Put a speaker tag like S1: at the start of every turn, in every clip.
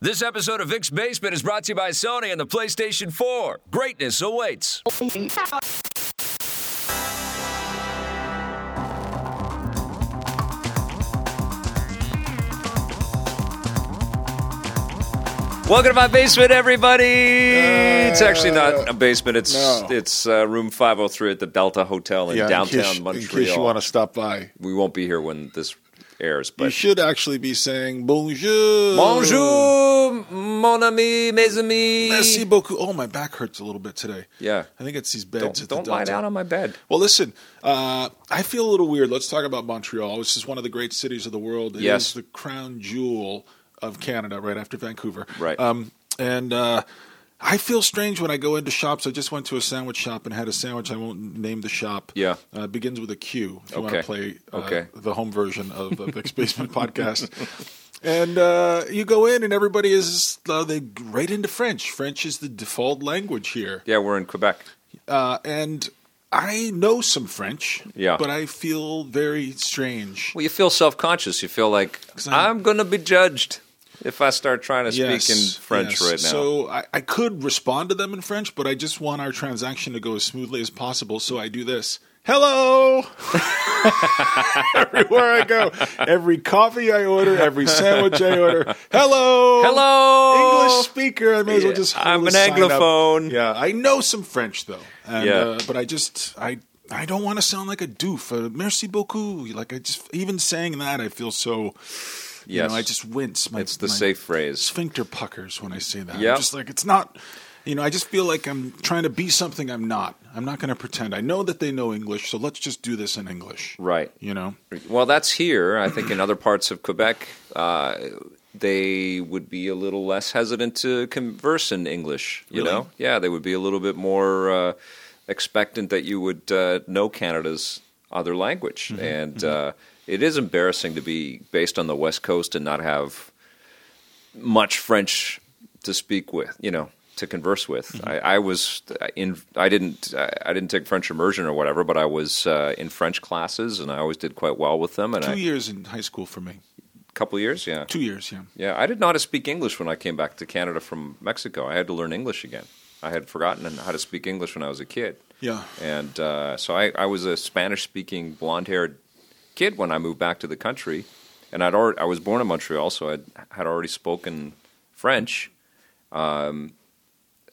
S1: This episode of Vic's Basement is brought to you by Sony and the PlayStation 4. Greatness awaits. Welcome to my basement, everybody. it's actually not a basement. It's
S2: no.
S1: it's uh, room 503 at the Delta Hotel in
S2: Yeah,
S1: downtown
S2: in case,
S1: Montreal.
S2: In case you want to stop by,
S1: we won't be here when this airs,
S2: you
S1: but
S2: should actually be saying bonjour.
S1: Bonjour, mon ami, mes amis.
S2: Merci beaucoup. Oh, my back hurts a little bit today.
S1: Yeah.
S2: I think it's these beds.
S1: Don't,
S2: at
S1: don't
S2: the
S1: lie
S2: Delta.
S1: down on my bed.
S2: Well, listen, uh, I feel a little weird. Let's talk about Montreal, which is one of the great cities of the world. It is
S1: Yes.
S2: the crown jewel of Canada, right after Vancouver.
S1: Right.
S2: Um, and uh, I feel strange when I go into shops. I just went to a sandwich shop and had a sandwich. I won't name the shop.
S1: Yeah.
S2: Uh, it begins with a Q if you want
S1: Okay.
S2: to play uh,
S1: Okay.
S2: the home version of the Vic's Basement podcast. And uh, you go in, and everybody is uh, they right into French. French is the default language here.
S1: Yeah, we're in Quebec.
S2: Uh, and I know some French,
S1: Yeah.
S2: but I feel very strange.
S1: Well, you feel self conscious. You feel like I'm,
S2: I'm-
S1: going to be judged if I start trying to speak
S2: Yes,
S1: in French
S2: yes.
S1: right now.
S2: So I, I could respond to them in French, but I just want our transaction to go as smoothly as possible. So I do this. Hello! Everywhere I go, every coffee I order, every sandwich I order, hello!
S1: Hello,
S2: English speaker. I may as well
S1: Oh. Yeah,
S2: just. hold
S1: I'm
S2: a
S1: an
S2: sign up.
S1: Anglophone.
S2: Yeah, I know some French though. And,
S1: Yeah.
S2: uh, but I just I I don't want to sound like a doof. Uh, merci beaucoup. Like I just even saying that I feel so. You
S1: Yes.
S2: know, I just wince. My,
S1: It's the
S2: my
S1: safe phrase.
S2: Sphincter puckers when I say that. I'm
S1: Yeah.
S2: just like it's not. You know, I just feel like I'm trying to be something I'm not. I'm not going to pretend. I know that they know English, so let's just do this in English.
S1: Right.
S2: You know.
S1: Well, that's here. I think in other parts of Quebec, uh, they would be a little less hesitant to converse in English. You
S2: Really?
S1: know, yeah, they would be a little bit more uh, expectant that you would uh, know Canada's other language,
S2: Mm-hmm.
S1: and Uh, it is embarrassing to be based on the West Coast and not have much French to speak with, you know, to converse with.
S2: Mm-hmm.
S1: I, I was uh, in, I didn't, I, I didn't take French immersion or whatever, but I was uh, in French classes and I always did quite well with them. And
S2: Two
S1: a
S2: years in high school for me.
S1: couple years, yeah,
S2: Two years. Yeah.
S1: yeah. I did not speak English when I came back to Canada from Mexico. I had to learn English again. I had forgotten how to speak English when I was a kid.
S2: Yeah.
S1: And uh, so I, I was a Spanish speaking blonde haired kid when I moved back to the country. And I'd already, I was born in Montreal, so I had already spoken French. Um,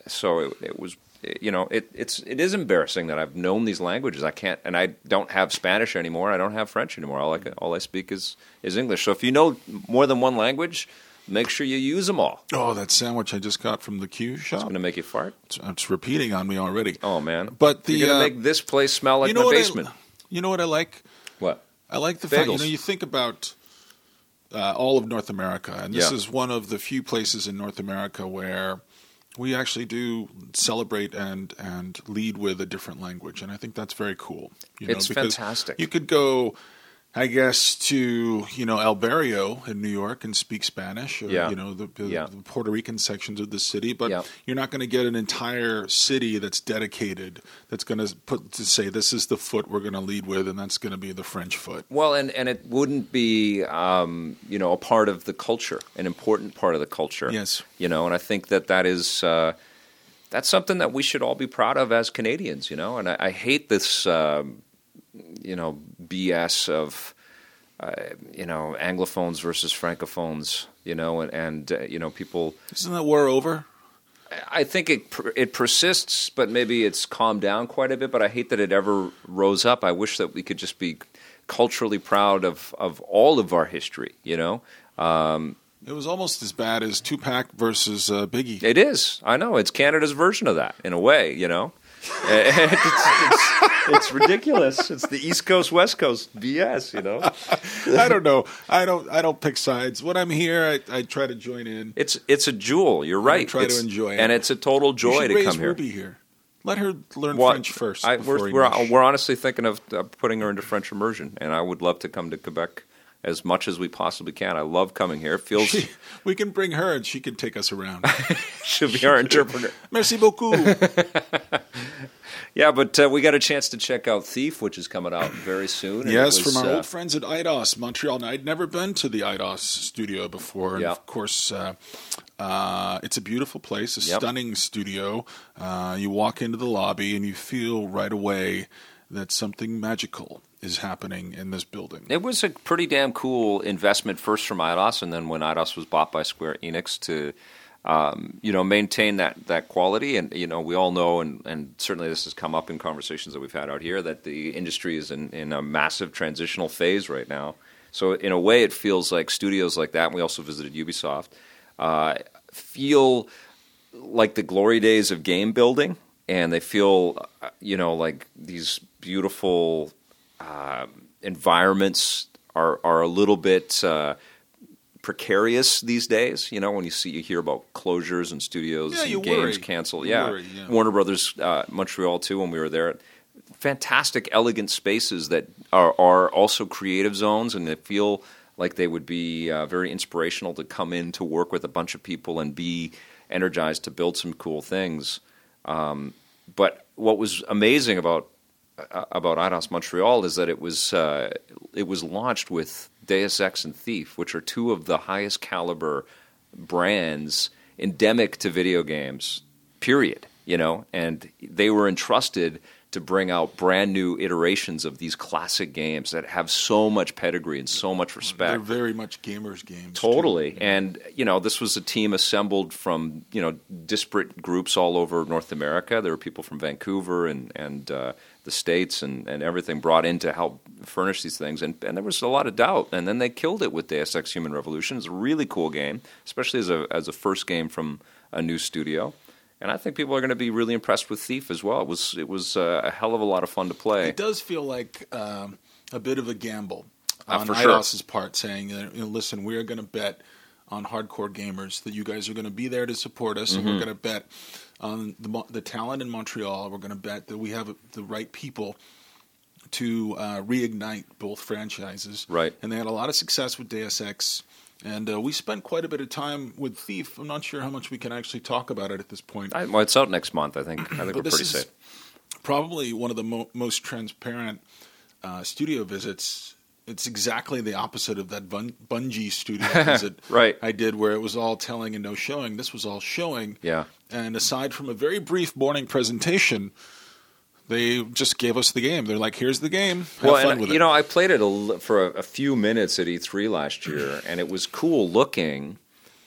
S1: so it, it was, you know, it, it's, it is embarrassing that I've known these languages. I can't, and I don't have Spanish anymore. I don't have French anymore. All I, can- all I speak is, is English. So if you know more than one language, make sure you use them all.
S2: Oh, that sandwich I just got from the Q shop.
S1: It's going to make you fart.
S2: It's, it's repeating on me already.
S1: Oh, man.
S2: But the,
S1: You're going
S2: uh,
S1: to make this place smell like my
S2: what
S1: basement.
S2: I, you know what I like?
S1: what?
S2: I like the fact you
S1: Bagels.
S2: know you think about uh, all of North America, and this
S1: Yeah.
S2: is one of the few places in North America where we actually do celebrate and and lead with a different language, and I think that's very cool. You
S1: It's
S2: because
S1: fantastic.
S2: You could go. I guess to you know Alberio in New York and speak Spanish, or,
S1: Yeah.
S2: you know the, the,
S1: Yeah.
S2: the Puerto Rican sections of the city, but
S1: Yeah.
S2: you're not going to get an entire city that's dedicated that's going to put to say this is the foot we're going to lead with, and that's going to be the French foot.
S1: Well, and, and it wouldn't be, um, you know, a part of the culture, an important part of the culture.
S2: Yes.
S1: You know, and I think that that is, uh, that's something that we should all be proud of as Canadians, you know, and I, I hate this, um, you know, BS of, uh, you know, Anglophones versus Francophones, you know, and, and uh, you know, people,
S2: Isn't that war over?
S1: I think it per- it persists, but maybe it's calmed down quite a bit. But I hate that it ever rose up. I wish that we could just be culturally proud of of all of our history. You know,
S2: It was almost as bad as Tupac versus uh, Biggie.
S1: it is. I know it's Canada's version of that in a way. You know, it's, it's, it's ridiculous. It's the East Coast West Coast BS. You know,
S2: I don't know. I don't. I don't pick sides. When I'm here, I, I try to join in.
S1: it's it's a jewel. You're right.
S2: try to
S1: It's-
S2: enjoy it.
S1: and it's a total
S2: You
S1: joy
S2: should
S1: to
S2: raise
S1: come here.
S2: Ruby here. Let her learn
S1: Well,
S2: French first.
S1: I,
S2: before
S1: we're, we're,
S2: English.
S1: we're honestly thinking of uh, putting her into French immersion, and I would love to come to Quebec as much as we possibly can. I love coming here. It feels
S2: She- we can bring her, and she can take us around.
S1: she'll be our interpreter.
S2: Merci beaucoup.
S1: Yeah, but uh, we got a chance to check out Thief, which is coming out very soon. and it
S2: Yes,
S1: was,
S2: from our
S1: uh,
S2: old friends at IDOS Montreal. Now, I'd never been to the IDOS studio before. And
S1: Yeah.
S2: of course, uh, uh, it's a beautiful place, a
S1: Yep.
S2: stunning studio. Uh, you walk into the lobby and you feel right away that something magical is happening in this building.
S1: It was a pretty damn cool investment first from IDOS, and then when IDOS was bought by Square Enix to, um, you know, maintain that that quality. And you know, we all know, and and certainly this has come up in conversations that we've had out here that the industry is in in a massive transitional phase right now. So in a way, it feels like studios like that. And we also visited Ubisoft. Uh, feel like the glory days of game building, and they feel, uh, you know, like these beautiful um, environments are are a little bit uh, precarious these days. You know, when you see you hear about closures and studios
S2: Yeah,
S1: and
S2: you worry.
S1: games canceled.
S2: You
S1: Yeah.
S2: worry, yeah.
S1: Warner Brothers uh, Montreal too. When we were there, fantastic, elegant spaces that are are also creative zones, and they feel like they would be uh, very inspirational to come in to work with a bunch of people and be energized to build some cool things but what was amazing about uh, about IDOS Montreal is that it was uh, it was launched with Deus Ex and Thief, which are two of the highest caliber brands endemic to video games. Period. You know, and they were entrusted to bring out brand new iterations of these classic games that have so much pedigree and so much
S2: They're
S1: respect.
S2: very much gamers' games. too.
S1: Totally. And, you know, this was a team assembled from, you know, disparate groups all over North America. There were people from Vancouver and, and uh, the States and, and everything brought in to help furnish these things. And, and there was a lot of doubt. And then they killed it with Deus Ex Human Revolution. It's a really cool game, especially as a, as a first game from a new studio. And I think people are going to be really impressed with Thief as well. It was, it was uh, a hell of a lot of fun to play.
S2: It does feel like um, a bit of a gamble
S1: Uh,
S2: on
S1: for sure.
S2: IDOS's part, saying, that, you know, "Listen, we are going to bet on hardcore gamers that you guys are going to be there to support us, and we're
S1: Mm-hmm.
S2: going to bet on the, Mo- the talent in Montreal. We're going to bet that we have the right people." To uh, reignite both franchises,
S1: Right.
S2: And they had a lot of success with Deus Ex, and uh, we spent quite a bit of time with Thief. I'm not sure how much we can actually talk about it at this point.
S1: I, well, it's out next month, I think. I think we're
S2: But this
S1: pretty
S2: is
S1: safe.
S2: probably one of the mo- most transparent uh, studio visits. It's exactly the opposite of that bun- Bungie studio visit
S1: Right.
S2: I did, where it was all telling and no showing. This was all showing.
S1: Yeah.
S2: And aside from a very brief morning presentation, they just gave us the game. They're like, "Here's the game. Have fun
S1: and,
S2: with
S1: you
S2: it."
S1: know, I played it a l for a, a few minutes at E3 last year, and it was cool looking.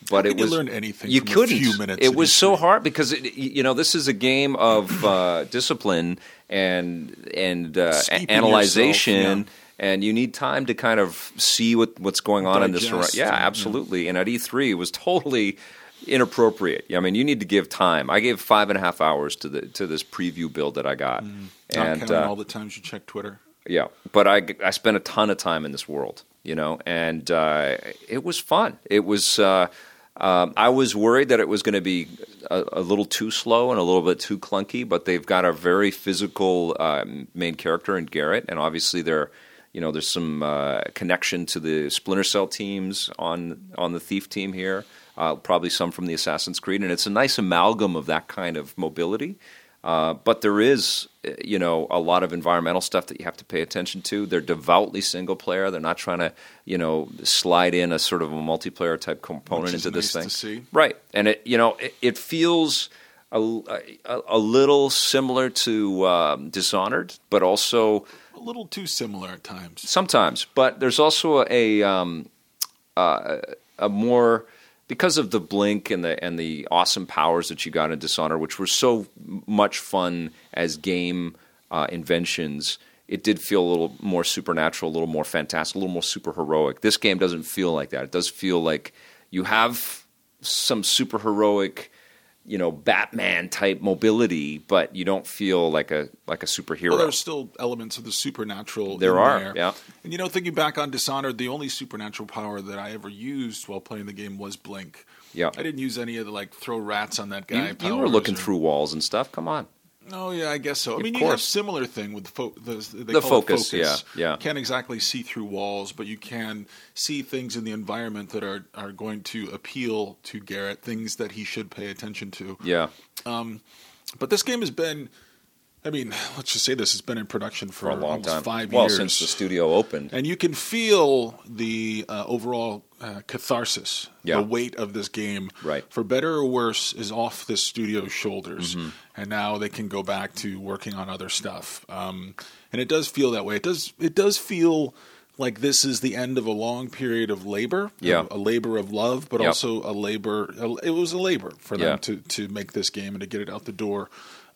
S1: But
S2: How
S1: it
S2: can you
S1: was
S2: learn anything
S1: You
S2: from a
S1: couldn't.
S2: few minutes
S1: it
S2: at E
S1: was
S2: E3?
S1: so hard because it, y- you know this is a game of uh, discipline and and uh,
S2: Steeping
S1: analyzation,
S2: yourself,
S1: and you need time to kind of see what what's going on in this.
S2: Digest
S1: Yeah,
S2: and, yeah.
S1: absolutely. And at E3 it was totally inappropriate. I mean, you need to give time. I gave five and a half hours to the to this preview build that I got,
S2: Mm. Not
S1: and
S2: counting
S1: uh,
S2: all the times you check Twitter.
S1: yeah, but I I spent a ton of time in this world, you know, and uh, it was fun. It was. Uh, um, I was worried that it was going to be a, a little too slow and a little bit too clunky, but they've got a very physical um, main character in Garrett, and obviously they're. You know, there's some uh, connection to the Splinter Cell teams on on the Thief team here, uh, probably some from the Assassin's Creed, and it's a nice amalgam of that kind of mobility. Uh, but there is, uh, you know, a lot of environmental stuff that you have to pay attention to. They're devoutly single player. They're not trying to, you know, slide in a sort of a multiplayer type component
S2: Which is
S1: into this
S2: nice
S1: thing,
S2: to see.
S1: right? And it, you know, it, it feels a, a, a little similar to um, Dishonored, but also
S2: A little too similar at times.
S1: sometimes. But there's also a um, uh, a more because of the blink and the and the awesome powers that you got in Dishonor, which were so much fun as game uh, inventions. It did feel a little more supernatural, a little more fantastic, a little more super heroic. This game doesn't feel like that. It does feel like you have some super heroic, you know, Batman type mobility, but you don't feel like a like a superhero.
S2: Well, there's still elements of the supernatural.
S1: There
S2: in
S1: are,
S2: there.
S1: yeah.
S2: And you know, thinking back on Dishonored, the only supernatural power that I ever used while playing the game was blink.
S1: Yeah.
S2: I didn't use any of the like throw rats on that guy.
S1: you, you were
S2: powers
S1: looking
S2: or-
S1: through walls and stuff. Come on.
S2: Oh yeah, I guess so. I mean, you have
S1: course.
S2: similar thing with fo- the they
S1: The
S2: call it
S1: focus, yeah, yeah.
S2: You can't exactly see through walls, but you can see things in the environment that are are going to appeal to Garrett, things that he should pay attention to.
S1: Yeah.
S2: But this game has been I mean, let's just say this has been in production for,
S1: for a long
S2: almost
S1: time.
S2: five
S1: well,
S2: years.
S1: since the studio opened.
S2: and you can feel the uh, overall uh, catharsis,
S1: Yeah.
S2: the weight of this game,
S1: Right.
S2: for better or worse, is off the studio's shoulders,
S1: Mm-hmm.
S2: and now they can go back to working on other stuff. Um, and it does feel that way. It does. It does feel like this is the end of a long period of labor,
S1: Yeah.
S2: a labor of love, but
S1: Yep.
S2: also a labor. It was a labor for them
S1: Yeah.
S2: to to make this game and to get it out the door.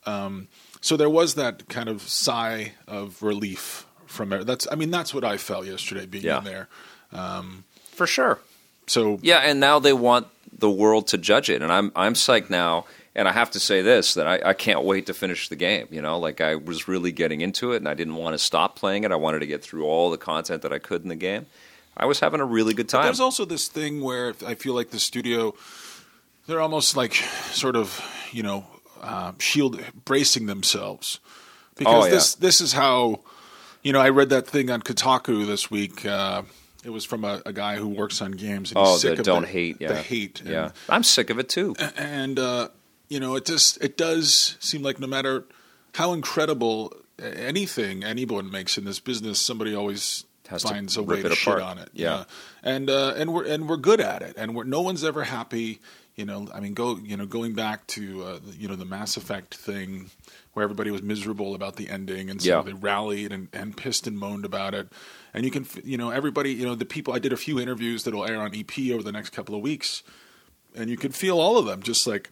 S2: Um, so there was that kind of sigh of relief from it. That's I mean that's what I felt yesterday being
S1: Yeah.
S2: in there.
S1: For sure.
S2: So
S1: Yeah, and now they want the world to judge it, and I'm I'm psyched now. And I have to say this that I, I can't wait to finish the game. You know, like I was really getting into it, and I didn't want to stop playing it. I wanted to get through all the content that I could in the game. I was having a really good time.
S2: There's also this thing where I feel like the studio, they're almost like sort of, you know, uh, shield bracing themselves because
S1: Oh, yeah.
S2: this this is how, you know, I read that thing on Kotaku this week. Uh, it was from a, a guy who works on games. And
S1: oh,
S2: he's sick
S1: the
S2: of
S1: don't
S2: the,
S1: hate. Yeah,
S2: the hate. And,
S1: yeah, I'm sick of it too.
S2: and uh, you know, it just it does seem like no matter how incredible uh, anything anyone makes in this business, somebody always
S1: Has to
S2: finds a
S1: rip
S2: way
S1: it
S2: to shit
S1: apart.
S2: on it.
S1: Yeah.
S2: and uh, and we're and we're good at it, and we're no one's ever happy. You know, I mean, go you know, going back to uh, you know the Mass Effect thing, where everybody was miserable about the ending, and so
S1: Yeah.
S2: they rallied and, and pissed and moaned about it. And you can, f- you know, everybody, you know, the people. I did a few interviews that will air on EP over the next couple of weeks, and you could feel all of them just like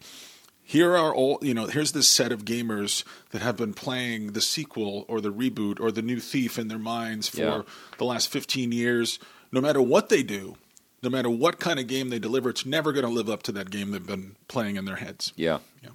S2: here are all you know here's this set of gamers that have been playing the sequel or the reboot or the new thief in their minds for
S1: Yeah.
S2: the last 15 years no matter what they do no matter what kind of game they deliver it's never going to live up to that game they've been playing in their heads
S1: Yeah.
S2: Yeah.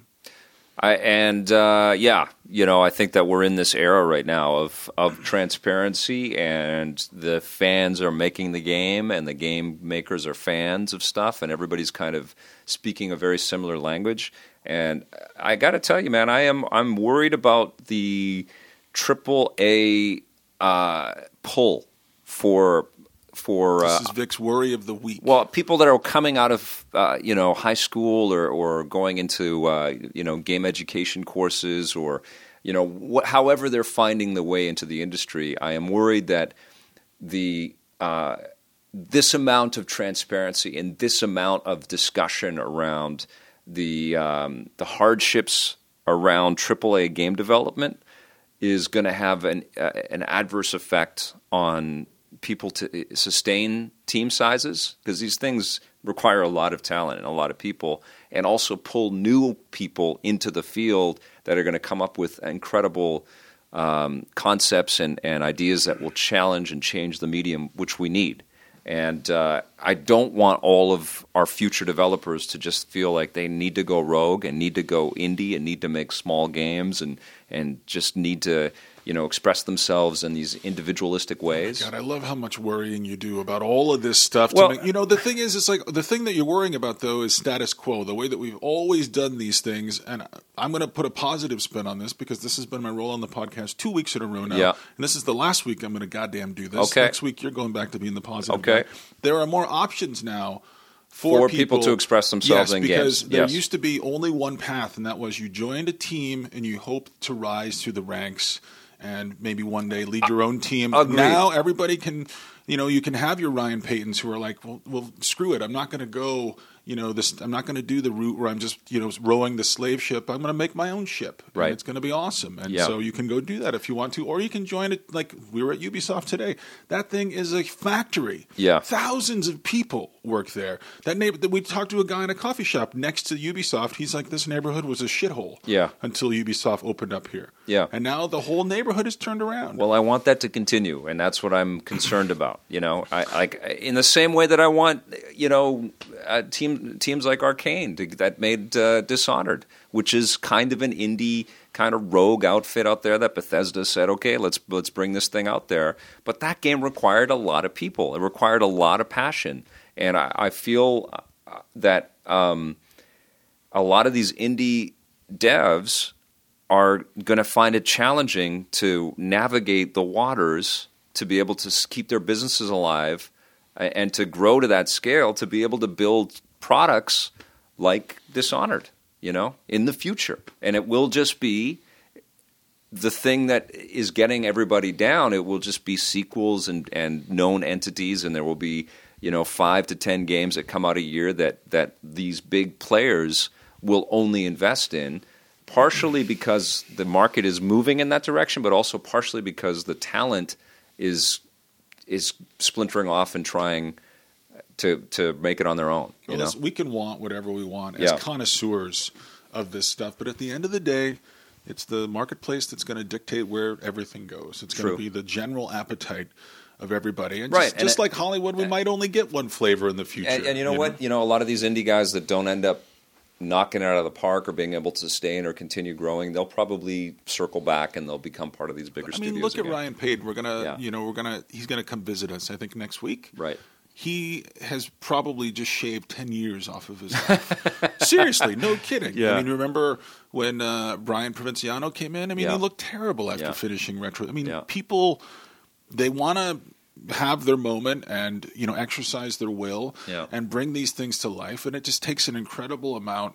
S1: I, and uh, yeah, you know, I think that we're in this era right now of of transparency, and the fans are making the game, and the game makers are fans of stuff, and everybody's kind of speaking a very similar language. And I got to tell you, man, I am I'm worried about the triple A uh, pull for for uh,
S2: this is vic's worry of the week
S1: well, people that are coming out of uh, you know high school or or going into uh, you know game education courses or you know wh- however they're finding the way into the industry, I am worried that the uh, this amount of transparency and this amount of discussion around the um, the hardships around AAA game development is going to have an uh, an adverse effect on people to uh, sustain team sizes because these things require a lot of talent and a lot of people and also pull new people into the field that are going to come up with incredible um, concepts and, and ideas that will challenge and change the medium which we need and uh, I don't want all of our future developers to just feel like they need to go rogue and need to go indie and need to make small games and and just need to you know express themselves in these individualistic ways.
S2: Oh God, I love how much worrying you do about all of this stuff. To
S1: Well-
S2: make, you know, the thing is, it's like the thing that you're worrying about though is status quo, the way that we've always done these things. And I'm going to put a positive spin on this because this has been my role on the podcast two weeks in a row now,
S1: Yeah.
S2: and this is the last week I'm going to goddamn do this.
S1: Okay.
S2: Next week you're going back to being the positive.
S1: Okay.
S2: guy. There are more options now.
S1: For
S2: For,
S1: people to express themselves
S2: yes,
S1: in
S2: because
S1: games.
S2: there
S1: Yes.
S2: used to be only one path, and that was you joined a team and you hoped to rise through the ranks and maybe one day lead your own team.
S1: Agreed.
S2: Now everybody can, you know, you can have your Ryan Paytons who are like, well, well screw it. I'm not going to go, you know, this. I'm not going to do the route where I'm just, you know, rowing the slave ship. I'm going to make my own ship. and
S1: Right.
S2: it's going to be awesome. And
S1: Yeah.
S2: so you can go do that if you want to, or you can join it. Like we were at Ubisoft today. That thing is a factory.
S1: Yeah.
S2: Thousands of people work there. That neighbor that we talked to a guy in a coffee shop next to Ubisoft. He's like, this neighborhood was a shithole.
S1: Yeah.
S2: Until Ubisoft opened up here.
S1: Yeah.
S2: And now the whole neighborhood is turned around.
S1: Well, I want that to continue, and that's what I'm concerned about. You know, I like in the same way that I want you know uh, team teams like Arcane to, that made uh, Dishonored, which is kind of an indie kind of rogue outfit out there that Bethesda said, okay, let's let's bring this thing out there. But that game required a lot of people. It required a lot of passion, and I, I feel uh, that um, a lot of these indie devs are going to find it challenging to navigate the waters to be able to s- keep their businesses alive a- and to grow to that scale to be able to build products like Dishonored, you know, in the future. And it will just be the thing that is getting everybody down. It will just be sequels and, and known entities, and there will be you know five to ten games that come out a year that that these big players will only invest in. Partially because the market is moving in that direction, but also partially because the talent is is splintering off and trying to to make it on their own. You
S2: Well,
S1: know?
S2: listen, we can want whatever we want as
S1: Yeah.
S2: connoisseurs of this stuff, but at the end of the day, it's the marketplace that's going to dictate where everything goes. It's going
S1: True.
S2: to be the general appetite of everybody, and
S1: Right,
S2: just,
S1: and
S2: just
S1: it-
S2: like Hollywood, we might only get one flavor in the future.
S1: And, and you know what? You know, a lot of these indie guys that don't end up knocking it out of the park or being able to sustain or continue growing, they'll probably circle back and they'll become part of these bigger
S2: I mean,
S1: studios.
S2: look at
S1: again.
S2: Ryan Payton. We're gonna,
S1: Yeah.
S2: you know, we're gonna. He's gonna come visit us. I think next week.
S1: Right.
S2: He has probably just shaved ten years off of his life. Seriously, no kidding.
S1: Yeah.
S2: I mean, remember when uh, Brian Provinciano came in? I mean,
S1: Yeah.
S2: he looked terrible after
S1: Yeah.
S2: finishing retro. I mean,
S1: Yeah.
S2: people they want to have their moment and you know exercise their will
S1: Yeah.
S2: and bring these things to life and it just takes an incredible amount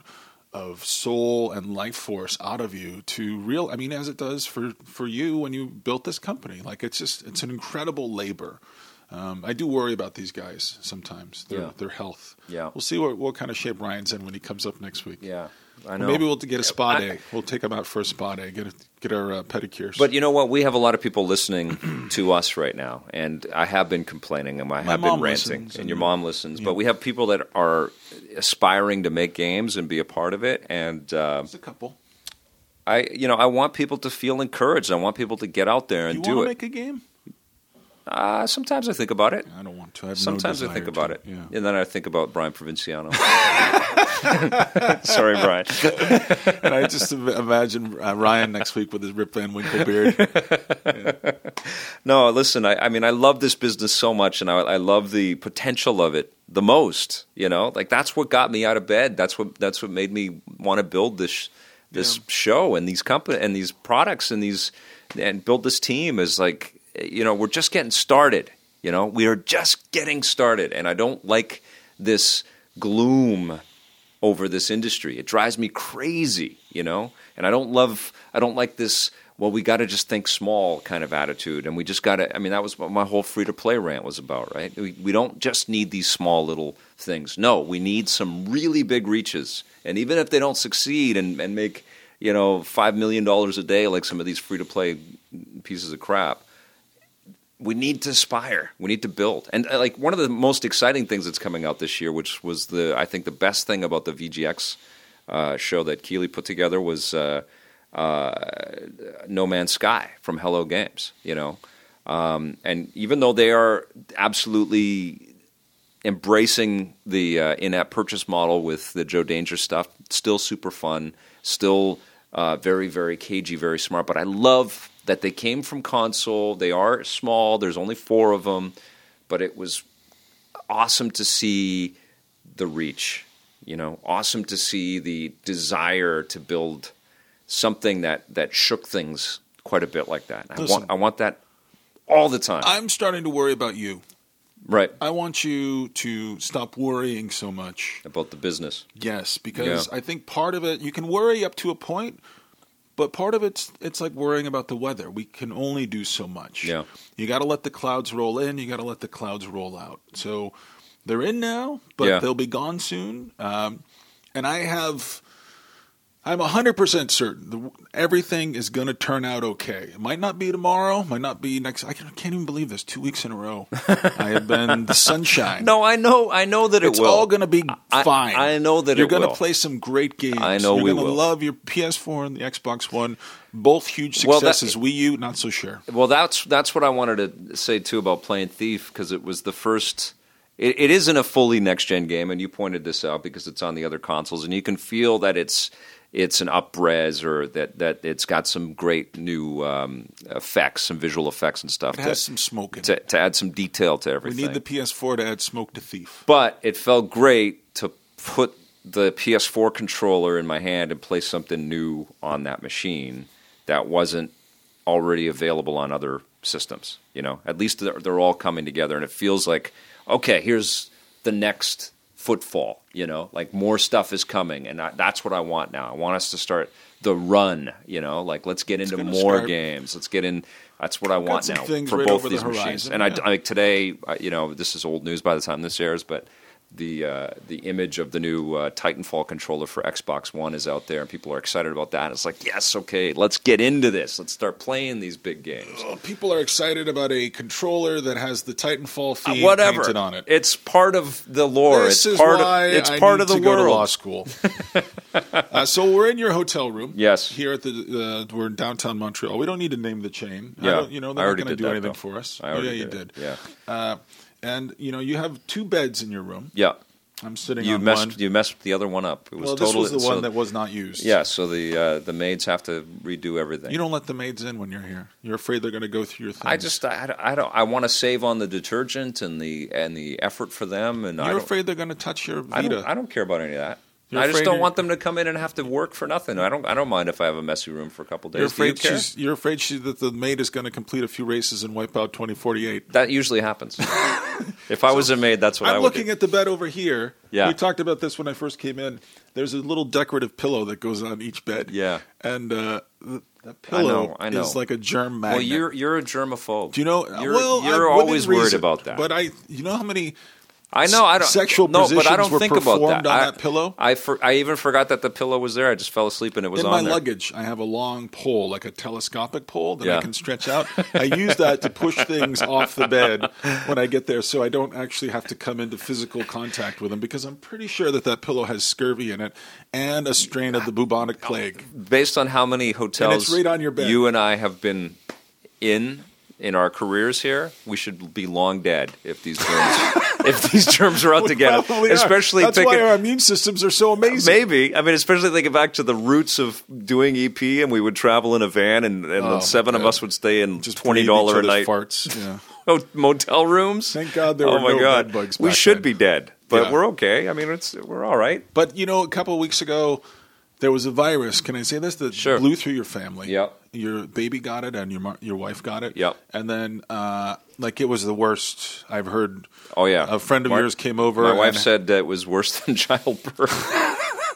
S2: of soul and life force out of you to real i mean as it does for for you when you built this company like it's just it's an incredible labor um, i do worry about these guys sometimes their
S1: Yeah.
S2: their health
S1: Yeah.
S2: we'll see what, what kind of shape ryan's in when he comes up next week
S1: Yeah, I
S2: Or
S1: know.
S2: maybe we'll get a spa day we'll take him out for a spa day get a, get our uh, pedicures
S1: But you know what? We have a lot of people listening to us right now, and I have been complaining and I
S2: My
S1: have
S2: mom
S1: been ranting,
S2: listens,
S1: and,
S2: and-
S1: your mom listens. But we have people that are aspiring to make games and be a part of it, and uh,
S2: it's a couple
S1: I, you know, I want people to feel encouraged. I want people to get out there and
S2: you
S1: do
S2: want
S1: it.
S2: to make a game
S1: uh, sometimes I think about it.
S2: I don't want to. I have no
S1: Sometimes I
S2: desire
S1: think
S2: to.
S1: about it,
S2: Yeah.
S1: and then I think about Brian Provinciano. Sorry, Brian.
S2: and I just im- imagine uh, Ryan next week with his Rip Van Winkle beard.
S1: No, listen. I, I mean, I love this business so much, and I, I love the potential of it the most. You know, like that's what got me out of bed. That's what that's what made me want to build this this
S2: Yeah.
S1: show and these company and these products and these and build this team. Is like you know we're just getting started. You know, we are just getting started, and I don't like this gloom over this industry. It drives me crazy, you know? And I don't love, I don't like this, well, we got to just think small kind of attitude. And we just got to, I mean, that was what my whole free to play rant was about, right? We, we don't just need these small little things. No, we need some really big reaches. And even if they don't succeed and, and make, you know, $5 million a day like some of these free to play pieces of crap, we need to aspire. We need to build. And uh, like one of the most exciting things that's coming out this year, which was the I think the best thing about the VGX uh, show that Keeley put together was uh, uh, No Man's Sky from Hello Games. You know, um, and even though they are absolutely embracing the uh, in-app purchase model with the Joe Danger stuff. Still super fun. Still uh, very very cagey, very smart. But I love that they came from console. They are small. There's only four of them, but it was awesome to see the reach. You know, awesome to see the desire to build something that that shook things quite a bit like that. I
S2: Listen.
S1: want I want that all the time.
S2: I'm starting to worry about you.
S1: right.
S2: I want you to stop worrying so much.
S1: About the business.
S2: Yes, because
S1: Yeah.
S2: I think part of it you can worry up to a point, but part of it's it's like worrying about the weather. We can only do so much.
S1: Yeah.
S2: You got to let the clouds roll in, you got to let the clouds roll out. So they're in now, but
S1: Yeah.
S2: they'll be gone soon. Um, and I have I'm 100% certain the, everything is going to turn out okay. It might not be tomorrow, might not be next. I can't, I can't even believe this. Two weeks in a row, I have been the sunshine.
S1: No, I know, I know that it
S2: It's
S1: will.
S2: all going to be
S1: I-
S2: fine.
S1: I know that
S2: you're
S1: it
S2: gonna
S1: will.
S2: play some great games.
S1: I know
S2: you're
S1: we
S2: gonna
S1: will.
S2: love your PS4 and the Xbox One, both huge
S1: Well, that-
S2: successes. Wii U, not so sure.
S1: well, that's that's what I wanted to say too about playing Thief because it was the first. It, it isn't a fully next gen game, and you pointed this out because it's on the other consoles, and you can feel that it's it's an upres or that that it's got some great new um, effects, some visual effects and stuff
S2: It has
S1: to,
S2: some smoke in it.
S1: to, to add some detail to
S2: We
S1: everything.
S2: need the PS4 to add smoke to Thief.
S1: but it felt great to put the PS4 controller in my hand and play something new on that machine that wasn't already available on other systems. You know, at least they're, they're all coming together, and it feels like okay, here's the next footfall. You know, like more stuff is coming, and I, that's what I want now. I want us to start the run. You know, like let's get into
S2: gonna
S1: more
S2: start-
S1: games. Let's get in. That's what I want
S2: some
S1: now
S2: things
S1: for
S2: right
S1: both
S2: over the
S1: these machines.
S2: horizon,
S1: And
S2: yeah.
S1: I, I today, I, you know, this is old news by the time this airs, but. The uh, the image of the new uh, Titanfall controller for Xbox One is out there, and people are excited about that. It's like, yes, okay, let's get into this. Let's start playing these big games.
S2: Well, Uh, people are excited about a controller that has the Titanfall theme
S1: Uh, whatever
S2: painted on it.
S1: It's part of the lore. it's
S2: this is
S1: part
S2: why
S1: of it's
S2: I
S1: part
S2: need
S1: of the
S2: to go to law
S1: world.
S2: school. uh, so we're in your hotel room.
S1: Yes.
S2: here at the uh, we're in downtown Montreal. We don't need to name the chain. I
S1: Yeah,
S2: don't, you know they're
S1: I
S2: not
S1: already
S2: going to
S1: did
S2: do
S1: that,
S2: anything
S1: though.
S2: for us.
S1: I already
S2: oh, yeah, you
S1: did
S2: did.
S1: it. Yeah.
S2: Uh, and you know you have two beds in your room.
S1: Yeah.
S2: I'm sitting
S1: You
S2: on
S1: messed
S2: one.
S1: you messed the other one up. It was
S2: well, this
S1: totally
S2: was the
S1: so-
S2: one that was not used.
S1: Yeah, so the uh, the maids have to redo everything.
S2: You don't let the maids in when you're here. You're afraid they're going to go through your things.
S1: I just I, don't- I don't I want to save on the detergent and the and the effort for them and I
S2: You're
S1: don't,
S2: afraid they're going to touch your Vita.
S1: I don't I don't care about any of that.
S2: You're
S1: I just
S2: afraid
S1: don't
S2: you're-
S1: want them to come in and have to work for nothing. I don't I don't mind if I have a messy room for a couple days.
S2: You're
S1: Do you
S2: afraid
S1: care?
S2: she's. You're afraid she, that the maid is going to complete a few races and wipe out 2048.
S1: that usually happens. if I was a maid, that's what I
S2: I'm
S1: would
S2: looking
S1: do.
S2: at the bed over here.
S1: Yeah.
S2: we talked about this when I first came in. There's a little decorative pillow that goes on each bed.
S1: Yeah.
S2: and uh, the, the pillow
S1: I know.
S2: is like a germ magnet.
S1: Well, you're you're a germaphobe.
S2: Do you know?
S1: You're,
S2: well, I-
S1: you're
S2: within
S1: always worried
S2: reason,
S1: about that.
S2: But I, you know how many?
S1: I know I don't
S2: sexual
S1: no, but I
S2: positions
S1: don't
S2: were
S1: think about that.
S2: performed on
S1: I,
S2: that pillow?
S1: I for, I even forgot that the pillow was there. I just fell asleep and it was
S2: In
S1: on
S2: my
S1: there.
S2: luggage, I have a long pole, like a telescopic pole that
S1: Yeah.
S2: I can stretch out. I use that to push things off the bed when I get there, so I don't actually have to come into physical contact with them. Because I'm pretty sure that that pillow has scurvy in it and a strain of the bubonic plague.
S1: Based on how many hotels
S2: right on your bed.
S1: you and I have been in in our careers here, we should be long dead if these germs if these germs are out
S2: We
S1: to get us.
S2: probably are.
S1: Especially
S2: that's
S1: thinking,
S2: why our immune systems are so amazing.
S1: Maybe I mean, especially thinking back to the roots of doing EP, and we would travel in a van, and, and
S2: Oh,
S1: the seven of
S2: God.
S1: us would stay in
S2: Just
S1: twenty
S2: breathe
S1: dollar a
S2: each
S1: night
S2: other's farts. Yeah.
S1: Oh, motel rooms.
S2: Thank God there
S1: oh
S2: were
S1: my
S2: no
S1: God.
S2: bed bugs
S1: We
S2: back
S1: should
S2: then.
S1: be dead, but
S2: Yeah.
S1: we're okay. I mean, it's we're all right.
S2: But you know, a couple of weeks ago, there was a virus. Can I say this? That
S1: Sure.
S2: blew through your family.
S1: Yep.
S2: Your baby got it, and your mar- your wife got it.
S1: Yep.
S2: And then, uh, like, it was the worst I've heard.
S1: Oh yeah,
S2: A friend of
S1: My-
S2: yours came over.
S1: My wife
S2: and-
S1: said that it was worse than childbirth,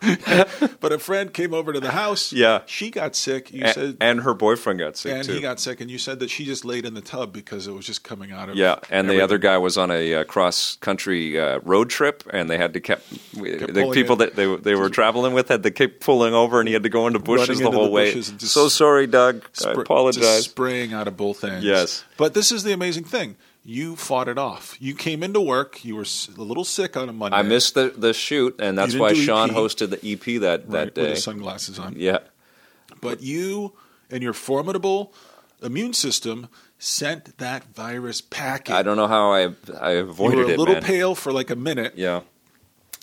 S2: but a friend came over to the house.
S1: Yeah.
S2: She got sick. You
S1: A-
S2: said,
S1: and, her boyfriend got sick
S2: and
S1: too.
S2: he got sick, and you said that she just laid in the tub because it was just coming out of.
S1: yeah, and the
S2: everything.
S1: other guy was on a uh, cross country uh, road trip, and they had to kept we- the
S2: pulling
S1: people that
S2: it.
S1: they they were traveling with had to keep pulling over, and he had to go into bushes the
S2: into
S1: whole
S2: the
S1: way.
S2: bushes and just
S1: So sorry, Doug. I
S2: Spr- Just
S1: apologize.
S2: spraying out of both ends.
S1: Yes.
S2: But this is the amazing thing. You fought it off. You came into work. You were s- a little sick on a Monday.
S1: I missed the, the shoot, and that's
S2: didn't
S1: why
S2: do
S1: Sean
S2: EP.
S1: hosted the EP that
S2: right,
S1: that day.
S2: With the sunglasses on.
S1: Yeah,
S2: But you and your formidable immune system sent that virus packing.
S1: I don't know how I I
S2: you
S1: avoided
S2: were a
S1: it,
S2: little
S1: man.
S2: pale for like a minute,
S1: Yeah.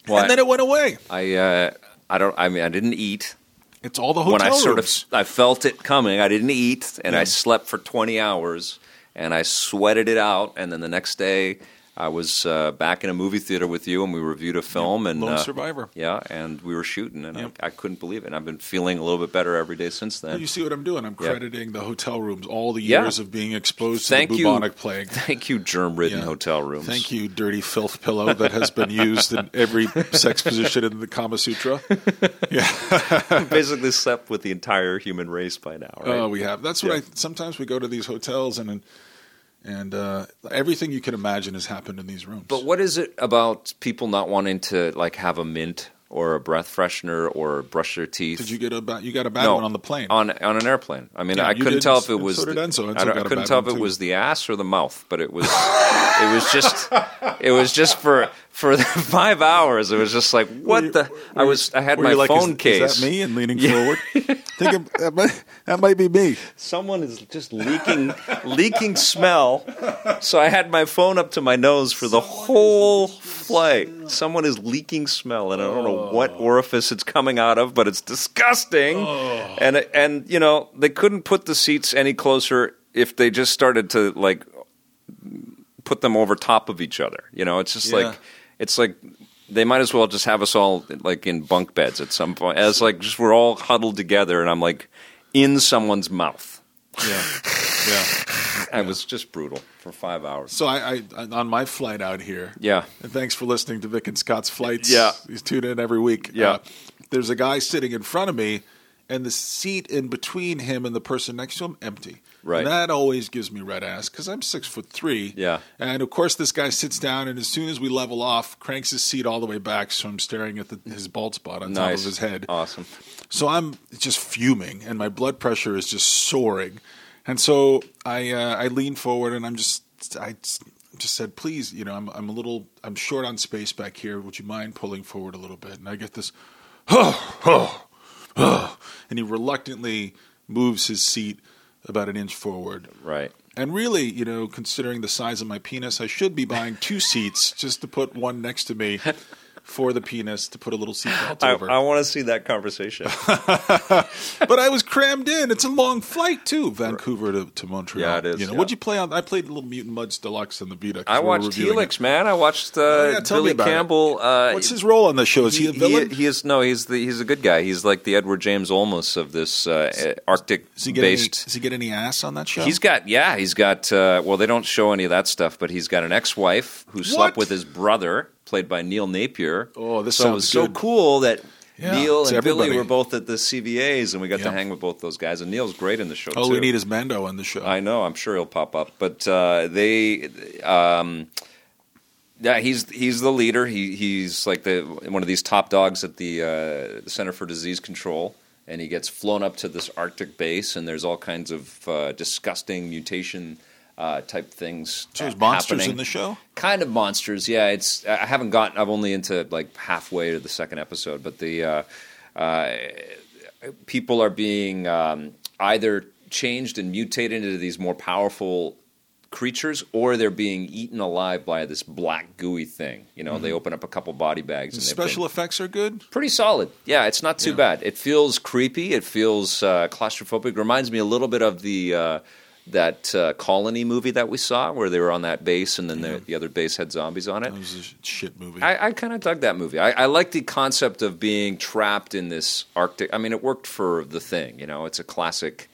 S1: Well,
S2: and then it went away.
S1: I uh, I don't. I mean, I didn't eat
S2: It's all the hotel
S1: when I sort
S2: rooms.
S1: of I felt it coming. I didn't eat, and I
S2: Oh, Yeah.
S1: slept for twenty hours, and I sweated it out. And then the next day, I was uh, back in a movie theater with you, and we reviewed a film. and
S2: Lone
S1: uh,
S2: survivor.
S1: Yeah, and we were shooting, and
S2: Yep.
S1: I, I couldn't believe it. And I've been feeling a little bit better every day since then.
S2: You see what I'm doing? I'm
S1: Yeah.
S2: crediting the hotel rooms, all the
S1: Yeah.
S2: years of being exposed
S1: Thank
S2: to the
S1: you.
S2: bubonic plague.
S1: Thank you, germ-ridden
S2: Yeah.
S1: hotel rooms.
S2: Thank you, dirty filth pillow that has been used in every sex position in the Kama Sutra.
S1: Basically, slept with the entire human race by now. Right?
S2: Oh, we have. That's what I. Sometimes we go to these hotels and and uh, everything you can imagine has happened in these rooms.
S1: But what is it about people not wanting to like have a mint or a breath freshener or brush their teeth?
S2: did you get a bad? You got a bad one on the plane.
S1: on on an airplane? I mean,
S2: Yeah,
S1: I
S2: you
S1: couldn't
S2: did,
S1: tell if it
S2: and
S1: was
S2: so did
S1: the-
S2: Enzo. Enzo
S1: I, don't- I
S2: got a
S1: couldn't
S2: bad
S1: tell if
S2: one,
S1: it
S2: too.
S1: was the ass or the mouth, but it was it was just it was just for for the five hours. It was just like what
S2: you-
S1: the I was I had
S2: Were
S1: my
S2: you like,
S1: phone
S2: is,
S1: case.
S2: Is that me? And leaning forward, think of- that, might, that might be me.
S1: Someone is just leaking leaking smell. So I had my phone up to my nose for the whole flight. Someone is leaking smell, and I don't know what orifice it's coming out of, but it's disgusting. And and you know they couldn't put the seats any closer if they just started to like put them over top of each other. You know, it's just
S2: Yeah.
S1: like it's like. They might as well just have us all like in bunk beds at some point. As like just we're all huddled together, and I'm like in someone's mouth.
S2: Yeah. Yeah.
S1: I was just brutal for five hours.
S2: So I, I, I on my flight out here.
S1: Yeah.
S2: And thanks for listening to Vic and Scott's flights.
S1: Yeah.
S2: You tune in every week. Uh,
S1: Yeah.
S2: there's a guy sitting in front of me, and the seat in between him and the person next to him empty.
S1: Right.
S2: And that always gives me red ass because I'm six foot three.
S1: Yeah.
S2: And of course, this guy sits down, and as soon as we level off, cranks his seat all the way back. So I'm staring at the, his bald spot on top
S1: Nice.
S2: of his head.
S1: Awesome.
S2: So I'm just fuming, and my blood pressure is just soaring. And so I uh, I lean forward, and I'm just I just said, please, you know, I'm I'm a little I'm short on space back here. Would you mind pulling forward a little bit? And I get this, and he reluctantly moves his seat about an inch forward.
S1: Right.
S2: And really, you know, considering the size of my penis, I should be buying two seats just to put one next to me for the penis to put a little seatbelt
S1: I,
S2: over.
S1: I want to see that conversation.
S2: but I was crammed in. It's a long flight too, Vancouver to, to Montreal.
S1: Yeah, it is,
S2: You know,
S1: yeah.
S2: what'd you play on? I played Little Mutant Muds Deluxe on the Vita. 'cause
S1: I
S2: we were
S1: watched
S2: reviewing
S1: Helix,
S2: it. Oh,
S1: man. I watched uh,
S2: yeah, tell me
S1: Billy
S2: about it.
S1: Campbell. Uh,
S2: What's his role on the show? Is he, a villain?
S1: He, is no. He's the he's a good guy. He's like the Edward James Olmos of this uh, Arctic
S2: does he get any?
S1: based.
S2: Does he get any ass on that show?
S1: He's got yeah. He's got uh, well. They don't show any of that stuff, but he's got an ex-wife who
S2: What?
S1: slept with his brother, played by Neil Napier.
S2: Oh, this
S1: so it
S2: sounds
S1: was so
S2: good.
S1: cool that.
S2: Yeah,
S1: Neil
S2: it's
S1: and
S2: everybody.
S1: Billy were both at the CVAs, and we got
S2: Yeah. Oh,
S1: to hang with both those guys. And Neil's great in the show.
S2: All
S1: too.
S2: we need is Mando on the show.
S1: I know. I'm sure he'll pop up. But uh, they, um, yeah, he's he's the leader. He he's like the one of these top dogs at the uh, Center for Disease Control, and he gets flown up to this Arctic base, and there's all kinds of uh, disgusting mutation. Uh, type things.
S2: so there's
S1: uh,
S2: monsters
S1: happening
S2: in the show.
S1: kind of monsters. Yeah, it's I haven't gotten. I'm only into like halfway to the second episode, but the uh, uh, people are being um, either changed and mutated into these more powerful creatures, or they're being eaten alive by this black gooey thing. You know, they open up a couple body bags and they've been-
S2: Special effects are good.
S1: pretty solid. Yeah, it's not too
S2: Yeah.
S1: bad. It feels creepy. It feels uh, claustrophobic. Reminds me a little bit of the uh, that uh, colony movie that we saw, where they were on that base, and then the, the other base had zombies on it.
S2: That was a sh- shit movie.
S1: I, I kind of dug that movie. I, I like the concept of being trapped in this Arctic. I mean, it worked for the thing. You know, it's a classic.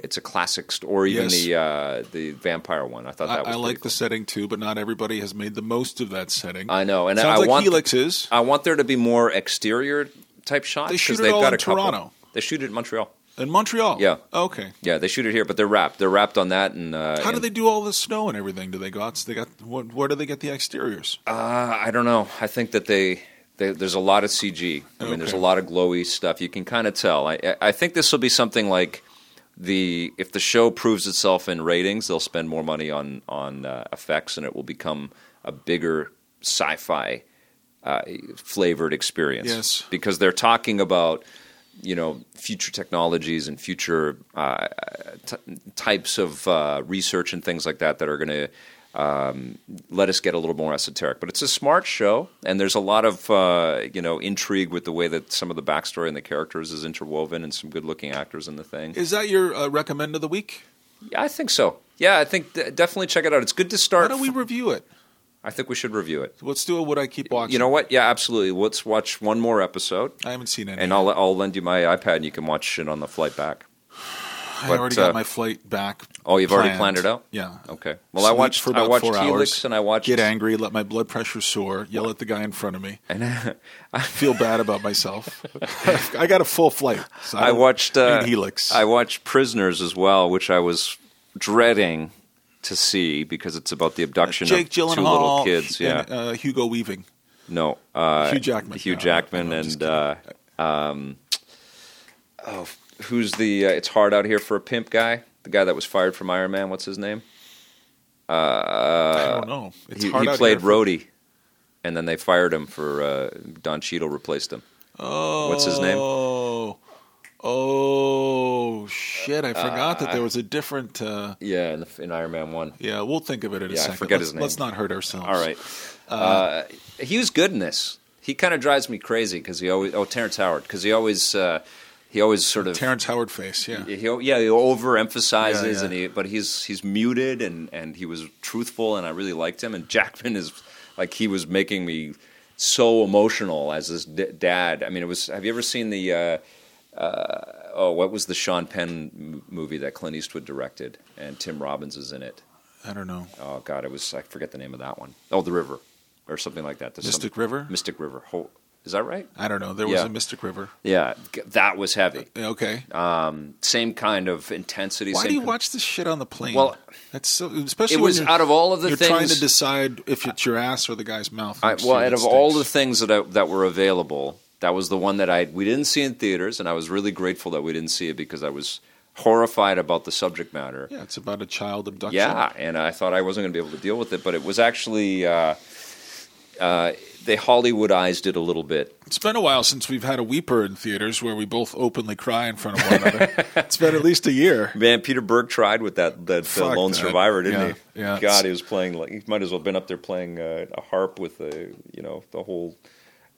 S1: It's a classic, st- or even
S2: Yes.
S1: the uh, the vampire one. I thought
S2: I,
S1: that was
S2: I
S1: pretty
S2: like the setting too, but not everybody has made the most of that setting.
S1: I know, and
S2: Sounds
S1: I
S2: like
S1: want
S2: Helix is.
S1: I want there to be more exterior type shots.
S2: They shoot
S1: 'cause
S2: it
S1: they've
S2: all
S1: got
S2: in
S1: a couple.
S2: Toronto.
S1: They shoot it in Montreal.
S2: in Montreal.
S1: Yeah.
S2: Okay.
S1: Yeah, they shoot it here, but they're wrapped. They're wrapped on that, and uh,
S2: How do
S1: and-
S2: they do all the snow and everything? Do they got? They got. What, where do they get the exteriors?
S1: Uh, I don't know. I think that they, they there's a lot of CG. I mean, there's a
S2: Okay.
S1: lot of glowy stuff. You can kind of tell. I I- I think this will be something like the if the show proves itself in ratings, they'll spend more money on on uh, effects, and it will become a bigger sci-fi uh, flavored experience.
S2: Yes.
S1: because they're talking about you know future technologies and future uh, t- types of uh, research and things like that that are going to let us get a little more esoteric. But it's a smart show, and there's a lot of uh, you know intrigue with the way that some of the backstory and the characters is interwoven, and some good-looking actors in the thing.
S2: Is that your uh, recommend of the week?
S1: Yeah, I think so. Yeah, I think d- definitely check it out. It's good to
S2: Why
S1: start.
S2: don't we
S1: f-
S2: review it?
S1: I think we should review it.
S2: Let's do a Would I Keep Watching?
S1: You know what? Yeah, absolutely. Let's watch one more episode,
S2: I haven't seen any.
S1: and I'll I'll lend you my iPad, and you can watch it on the flight back.
S2: I
S1: but,
S2: already
S1: uh,
S2: got my flight back.
S1: Oh, you've already planned it out?
S2: Yeah.
S1: Okay. Well, I
S2: Sleep
S1: watched
S2: for
S1: I
S2: about
S1: watched
S2: four
S1: Helix,
S2: hours,
S1: and I watched
S2: Get angry, let my blood pressure soar, yell at the guy in front of me,
S1: and
S2: feel bad about myself. I got a full flight. So
S1: I
S2: don't
S1: watched uh,
S2: need Helix.
S1: I watched Prisoners as well, which I was dreading to see because it's about the abduction
S2: Jake
S1: of two little
S2: Gyllenhaal
S1: kids. Yeah,
S2: and uh, Hugo Weaving,
S1: no, uh,
S2: Hugh Jackman.
S1: Hugh
S2: No,
S1: Jackman
S2: no, I'm just
S1: and uh, um, oh, who's the? Uh, it's hard out here for a pimp guy. The guy that was fired from Iron Man. What's his name?
S2: I don't know. It's
S1: Uh, he
S2: hard
S1: he
S2: out
S1: played
S2: here for-
S1: Rhodey, and then they fired him for uh, Don Cheadle replaced him.
S2: Oh,
S1: What's his name?
S2: Oh shit! I forgot that there was a different. Uh,
S1: Yeah, in, the, in Iron Man one.
S2: yeah, we'll think of it in a
S1: Yeah, I
S2: second.
S1: forget
S2: let's,
S1: his name.
S2: Let's not hurt ourselves.
S1: All right. Uh, he was good in this. He kind of drives me crazy because he always oh Terrence Howard because he always uh, he always sort of
S2: Terrence Howard face. Yeah.
S1: he, yeah he overemphasizes
S2: Yeah, yeah.
S1: and he but he's he's muted and and he was truthful and I really liked him and Jackman is like he was making me so emotional as his d- dad. I mean it was have you ever seen the uh, uh, oh, what was the Sean Penn m- movie that Clint Eastwood directed and Tim Robbins is in it?
S2: I don't know.
S1: Oh God, it was I forget the name of that one. Oh, The River, or something like that. There's some-
S2: Mystic River?
S1: Mystic River. Ho- is that right?
S2: I don't know. There was
S1: Yeah.
S2: a Mystic River.
S1: Yeah, g- that was heavy.
S2: Okay.
S1: Same kind of intensity.
S2: Why
S1: same
S2: do you
S1: kind-
S2: watch this shit on the plane?
S1: Well,
S2: that's so, especially
S1: it
S2: when
S1: was
S2: you're-
S1: out of all of the
S2: you're trying
S1: things-
S2: to decide if it's your ass or the guy's mouth.
S1: I,
S2: next to
S1: well,
S2: you
S1: out
S2: that
S1: of all the
S2: stinks.
S1: things that I, that were available, that was the one that I we didn't see in theaters, and I was really grateful that we didn't see it because I was horrified about the subject matter.
S2: yeah, it's about a child abduction.
S1: Yeah, and I thought I wasn't going to be able to deal with it, but it was actually uh, uh, they Hollywoodized it a little bit.
S2: It's been a while since we've had a weeper in theaters where we both openly cry in front of one another. it's been at least a year.
S1: Man, Peter Berg tried with that that uh,
S2: Fuck
S1: lone
S2: that.
S1: survivor, didn't he?
S2: Yeah, yeah.
S1: God, he was playing like he might as well have been up there playing uh, a harp with the you know the whole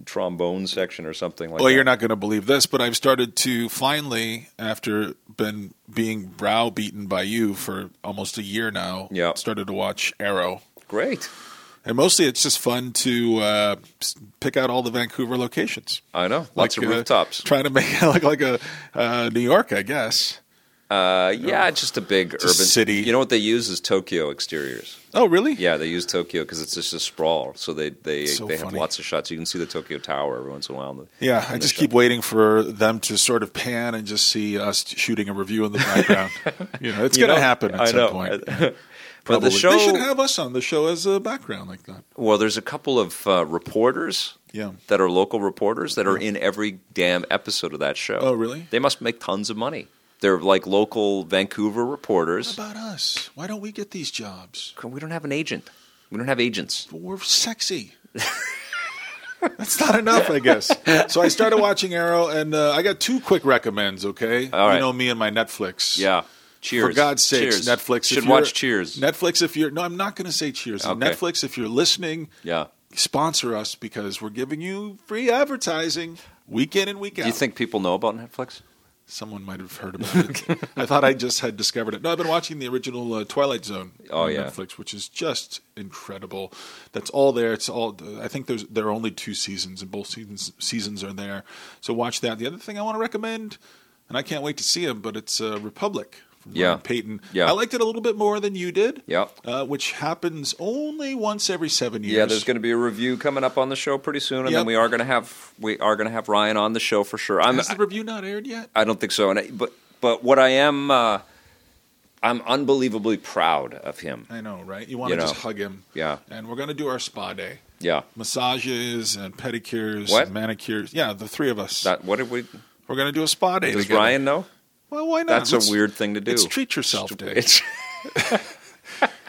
S1: trombone section or something like.
S2: Well,
S1: that.
S2: you're not going to believe this, but I've started to finally, after been being browbeaten by you for almost a year now,
S1: Yeah.
S2: started to watch Arrow.
S1: great.
S2: And mostly it's just fun to uh, s- pick out all the Vancouver locations.
S1: I know lots
S2: Like,
S1: of
S2: uh,
S1: rooftops.
S2: trying to make it look like a uh, New York, I guess.
S1: Uh, yeah, it's just a big urban
S2: city.
S1: You know what they use is Tokyo exteriors.
S2: Oh, really?
S1: Yeah, they use Tokyo because it's just a sprawl. So they they,
S2: So
S1: they have
S2: funny.
S1: lots of shots. You can see the Tokyo Tower every once in a while. in the-
S2: Yeah,
S1: in
S2: I
S1: the
S2: just
S1: shot.
S2: keep waiting for them to sort of pan and just see us shooting a review in the background. you know, it's
S1: You
S2: going to
S1: know,
S2: happen at
S1: I
S2: some
S1: know.
S2: point.
S1: but
S2: Probably.
S1: the show
S2: they should have us on the show as a background like that.
S1: Well, there's a couple of uh, reporters
S2: Yeah.
S1: that are local reporters that are in every damn episode of that show.
S2: Oh, really?
S1: They must make tons of money. They're like local Vancouver reporters.
S2: What about us? Why don't we get these jobs?
S1: We don't have an agent. We don't have agents.
S2: We're sexy. That's not enough, I guess. So I started watching Arrow, and uh, I got two quick recommends. Okay,
S1: All right.
S2: you know me and my Netflix.
S1: Yeah. Cheers.
S2: For God's sakes,
S1: Cheers.
S2: Netflix if
S1: should
S2: you're-
S1: watch Cheers.
S2: Netflix, if you're no, I'm not going to say Cheers.
S1: Okay.
S2: Netflix, if you're listening,
S1: yeah.
S2: sponsor us because we're giving you free advertising week in and week out.
S1: Do you think people know about Netflix?
S2: someone might have heard about it? I thought I just had discovered it. No, I've been watching the original uh, Twilight Zone
S1: Oh,
S2: on
S1: yeah.
S2: Netflix, which is just incredible. That's all there. It's all. I think there's there are only two seasons, and both seasons seasons are there. So watch that. The other thing I want to recommend, and I can't wait to see him, but it's uh, Republic. From
S1: Yeah.
S2: Ronan Peyton.
S1: Yeah.
S2: I liked it a little bit more than you did.
S1: Yeah.
S2: Uh, which happens only once every seven years.
S1: Yeah, there's going to be a review coming up on the show pretty soon, and
S2: Yep.
S1: then we are going to have we are going to have Ryan on the show for sure. I'm
S2: Has the review not aired yet?
S1: I don't think so. And I, but but what I am, uh, I'm unbelievably proud of him.
S2: I know, right? You want
S1: You
S2: to just
S1: know.
S2: hug him.
S1: Yeah.
S2: And we're going to do our spa day.
S1: Yeah.
S2: Massages and pedicures
S1: What?
S2: and manicures. Yeah, the three of us.
S1: That what did we?
S2: we're going to do a spa day.
S1: Does
S2: together.
S1: Ryan know?
S2: Well, why not?
S1: That's
S2: Let's-
S1: a weird thing to do.
S2: It's treat yourself day.
S1: It's-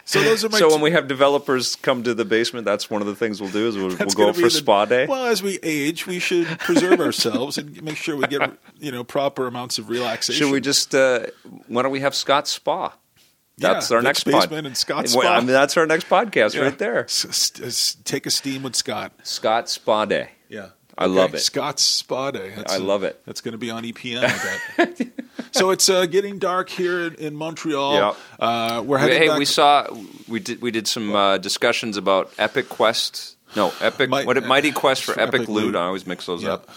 S2: so those are my
S1: so
S2: two-
S1: when we have developers come to the basement, that's one of the things we'll do is we'll, we'll
S2: that's
S1: go
S2: gonna be
S1: for
S2: the-
S1: spa day.
S2: Well, as we age, we should preserve ourselves and make sure we get you know proper amounts of relaxation.
S1: Should we just? Uh, why don't we have Scott's spa?
S2: Yeah,
S1: That's our next
S2: Dick's
S1: pod-
S2: Basement and Scott's
S1: Well,
S2: Spa.
S1: I mean, that's our next podcast
S2: Yeah.
S1: right there.
S2: S- s- s- take a steam with Scott?
S1: Scott Spa Day.
S2: Yeah.
S1: I love it.
S2: Scott's Spa Day. That's
S1: I love it.
S2: That's going to be on EPN, I bet. so it's uh, getting dark here in, in Montreal.
S1: Yeah.
S2: Uh, we're heading
S1: Hey,
S2: back.
S1: we saw we did we did some uh, discussions about Epic Quest. No, Epic.
S2: Mi-
S1: what Mighty Quest for,
S2: for
S1: Epic,
S2: Epic
S1: Loot.
S2: Loot.
S1: I always mix those
S2: Yeah.
S1: up.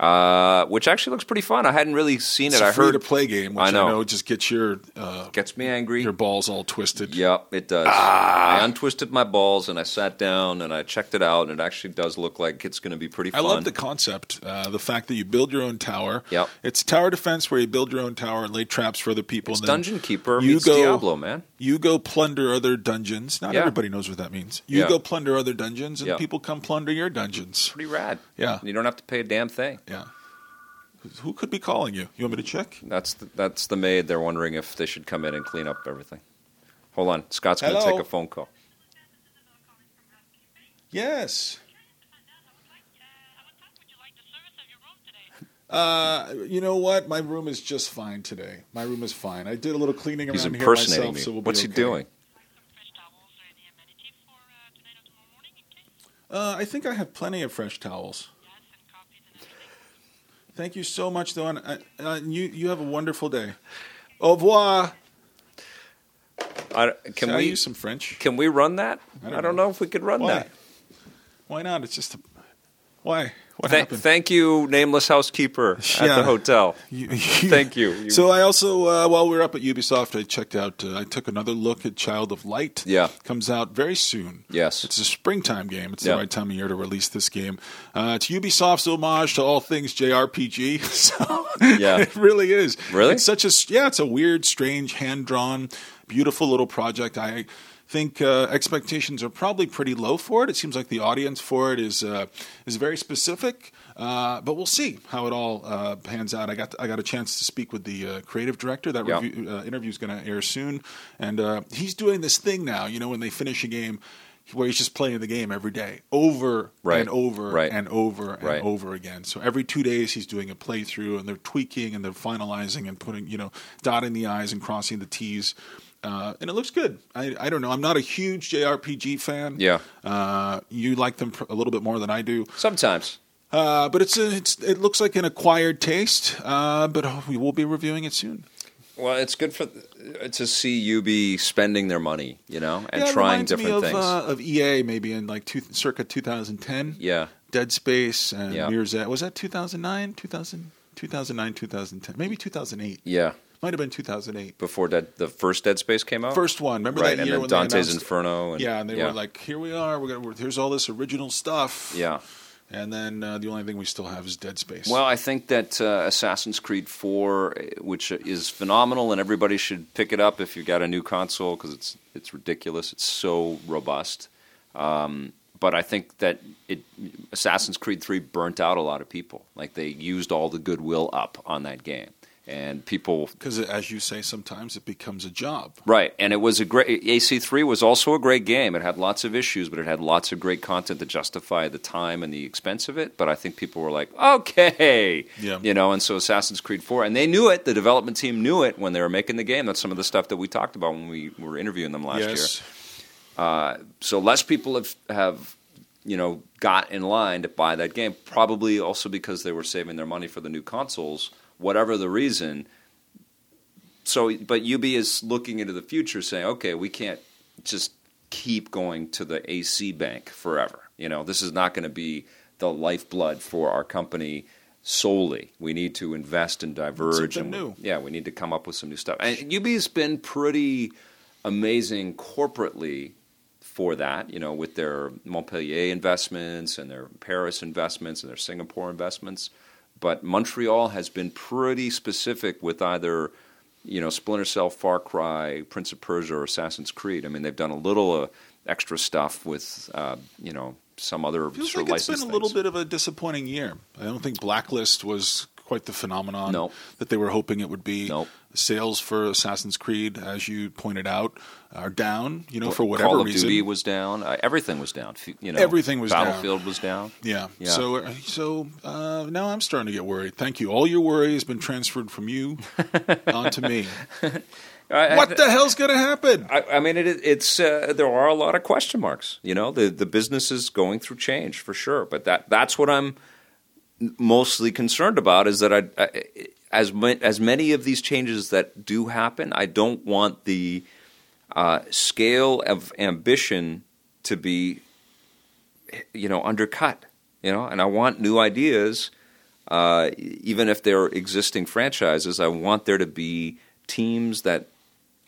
S1: Uh, which actually looks pretty fun. I hadn't really seen
S2: it's
S1: it. I
S2: a free
S1: heard
S2: to play game, which
S1: I
S2: I know.
S1: know.
S2: just gets your uh,
S1: gets me angry.
S2: your balls all twisted.
S1: Yep, it does.
S2: Ah.
S1: I untwisted my balls and I sat down and I checked it out, and it actually does look like it's going to be pretty
S2: I
S1: fun.
S2: love the concept, uh, the fact that you build your own tower.
S1: Yep.
S2: It's tower defense where you build your own tower and lay traps for other people.
S1: It's
S2: and then
S1: Dungeon Keeper
S2: you
S1: meets
S2: go-
S1: Diablo, man.
S2: You go plunder other dungeons. Not
S1: Yeah.
S2: everybody knows what that means. You
S1: Yeah.
S2: go plunder other dungeons, and
S1: Yeah.
S2: people come plunder your dungeons.
S1: Pretty rad.
S2: Yeah.
S1: you don't have to pay a damn thing.
S2: Yeah. Who could be calling you? You want me to check?
S1: That's the, that's the maid. They're wondering if they should come in and clean up everything. Hold on, Scott's going to
S2: Hello?
S1: take a phone call.
S2: Yes.
S3: Well,
S2: Uh, you know what? My room is just fine today. My room is fine. I did a little cleaning around
S1: He's
S2: here
S1: impersonating
S2: myself,
S1: me.
S2: so we'll be
S1: What's he
S2: okay.
S1: doing?
S2: Uh, I think I have plenty of fresh towels. Thank you so much, though, and uh, uh, you you have a wonderful day. Au revoir.
S1: I, can
S2: Should I
S1: we
S2: use some French?
S1: can we run that? I
S2: I
S1: don't,
S2: don't
S1: know. if we could run
S2: Why?
S1: that.
S2: Why not? It's just a, why What
S1: Th-
S2: happened?
S1: thank you, nameless housekeeper at
S2: Yeah.
S1: the hotel.
S2: You-
S1: Thank you. You-
S2: So I also, uh, while we were up at Ubisoft, I checked out. Uh, I took another look at Child of Light.
S1: Yeah.
S2: comes out very soon.
S1: Yes.
S2: it's a springtime game. It's
S1: Yeah.
S2: the right time of year to release this game. Uh, it's Ubisoft's homage to all things JRPG. So
S1: Yeah.
S2: it really is.
S1: Really?
S2: it's such a yeah. It's a weird, strange, hand drawn, beautiful little project. I think uh, expectations are probably pretty low for it. It seems like the audience for it is uh, is very specific. Uh, but we'll see how it all uh, pans out. I got I got a chance to speak with the uh, creative director. That
S1: Yeah.
S2: review, uh, interview is going to air soon, and uh, he's doing this thing now. You know, when they finish a game, where he's just playing the game every day, over
S1: Right.
S2: and over
S1: Right.
S2: and over and
S1: Right.
S2: over again. So every two days he's doing a playthrough, and they're tweaking and they're finalizing and putting, you know, dotting the i's and crossing the t's. Uh, and it looks good. I, I don't know. I'm not a huge JRPG fan.
S1: Yeah.
S2: Uh, you like them pr- a little bit more than I do.
S1: Sometimes.
S2: Uh, but it's, a, it's it looks like an acquired taste. Uh, but oh, we will be reviewing it soon.
S1: Well, it's good for uh, to see you be spending their money, you know, and
S2: Yeah, it
S1: trying
S2: reminds me
S1: different
S2: of,
S1: things.
S2: uh, of EA maybe in like two, circa 2010.
S1: yeah,
S2: Dead Space and
S1: Yeah.
S2: Mirror's Edge. Was that 2009, 2000, 2009, 2010? Maybe 2008.
S1: yeah.
S2: Might have been 2008.
S1: Before Dead, the first Dead Space came out,
S2: First one. Remember
S1: Oh. right?
S2: that
S1: and
S2: year
S1: then
S2: when
S1: Dante's
S2: they announced-
S1: Inferno, and
S2: Yeah, and they were like, "Here we are. We're gonna. We're, here's all this original stuff."
S1: yeah.
S2: And then uh, the only thing we still have is Dead Space.
S1: Well, I think that uh, Assassin's Creed 4, eh, which is phenomenal, and everybody should pick it up if you've got a new console because it's it's ridiculous. It's so robust. Um, but I think that it Assassin's Creed 3 burnt out a lot of people. Like they used all the goodwill up on that game, and people
S2: because uh, as you say, sometimes it becomes a job.
S1: Right, and it was a great AC3 was also a great game. It had lots of issues, but it had lots of great content to justify the time and the expense of it. But I think people were like, "Okay."
S2: Yeah.
S1: You know, and so Assassin's Creed 4 and they knew it, the development team knew it when they were making the game. That's some of the stuff that we talked about when we were interviewing them last year
S2: yes.
S1: so less people have have you know got in line to buy that game probably also because they were saving their money for the new consoles whatever the reason so but UB is looking into the future saying okay we can't just keep going to the AC bank forever you know this is not going to be the lifeblood for our company solely we need to invest and diverge
S2: Something
S1: and
S2: new.
S1: yeah we need to come up with some new stuff and UB's been pretty amazing corporately for that, you know, with their Montpellier investments and their Paris investments and their Singapore investments. But Montreal has been pretty specific with either, you know, Splinter Cell, Far Cry, Prince of Persia, or Assassin's Creed. I mean, they've done a little uh, extra stuff with, uh, you know, some other
S2: Feels
S1: sort
S2: like
S1: of
S2: it's been a
S1: license
S2: little
S1: things.
S2: bit of a disappointing year. I don't think Blacklist was quite the phenomenon
S1: No.
S2: that they were hoping it would be.
S1: Nope.
S2: Sales for Assassin's Creed, as you pointed out, are down. You know, for whatever
S1: Call of
S2: reason.
S1: Duty was down. Uh, everything was down. F- You know,
S2: Everything was down.
S1: Battlefield was down.
S2: yeah.
S1: Yeah.
S2: So, so uh, now I'm starting to get worried. Thank you. All your worry has been transferred from you onto me.
S1: I- I-
S2: What the hell's going to happen?
S1: I, I mean, it, it's uh, there are a lot of question marks. You know, the the business is going through change for sure, but that that's what I'm mostly concerned about is that I, I as ma- as many of these changes that do happen, I don't want the uh, scale of ambition to be you know undercut. You know, and I want new ideas uh, even if they're existing franchises, I want there to be teams that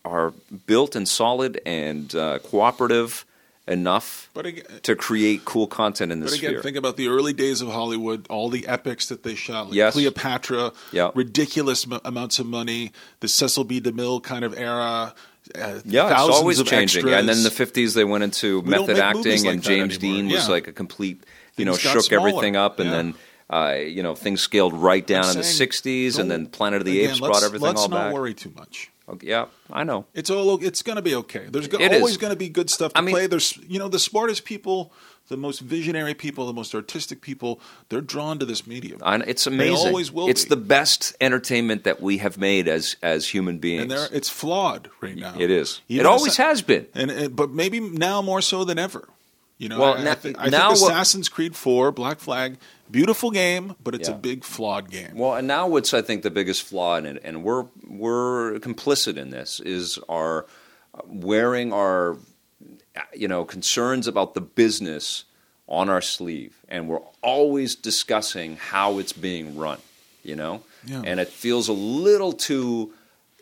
S1: are built and solid and uh, cooperative enough
S2: But again,
S1: to create cool content in this
S2: But again,
S1: sphere.
S2: think about the early days of Hollywood, all the epics that they shot, like
S1: Yes.
S2: Cleopatra,
S1: Yeah.
S2: ridiculous m- amounts of money, the Cecil B. DeMille kind of era. Uh,
S1: yeah, it's
S2: thousands
S1: always
S2: of
S1: changing.
S2: Extras.
S1: And then in the fifties, they went into
S2: don't
S1: method
S2: make
S1: acting,
S2: movies like
S1: and
S2: that
S1: James
S2: anymore.
S1: Dean was
S2: Yeah.
S1: like a complete, you know,
S2: Things got
S1: shook
S2: smaller.
S1: everything up, and
S2: Yeah.
S1: then. Uh, you know things scaled right down in the
S2: saying,
S1: '60s, and
S2: don't-
S1: then Planet of the
S2: again,
S1: Apes
S2: let's-
S1: brought everything
S2: let's
S1: all
S2: not
S1: back.
S2: worry too much.
S1: Okay, yeah, I know.
S2: It's all. o- It's going to be okay. There's go-
S1: It is.
S2: always going to be good stuff to
S1: I mean-
S2: play. There's you know the smartest people, the most visionary people, the most artistic people. They're drawn to this medium.
S1: I, know- it's amazing.
S2: always will
S1: it's
S2: be.
S1: the best entertainment that we have made as as human beings.
S2: and there, it's flawed right now.
S1: it is.
S2: Even
S1: it always
S2: Assa-
S1: has been.
S2: and, and but maybe now more so than ever. You know,
S1: Well,
S2: I,
S1: na-
S2: I, thi- I
S1: now
S2: think
S1: what-
S2: Assassin's Creed Four, Black Flag, beautiful game, but it's
S1: Yeah.
S2: a big flawed game.
S1: Well, and now what's I think the biggest flaw in it, and we're we're complicit in this, is our wearing our you know concerns about the business on our sleeve, and we're always discussing how it's being run. You know,
S2: Yeah.
S1: and it feels a little too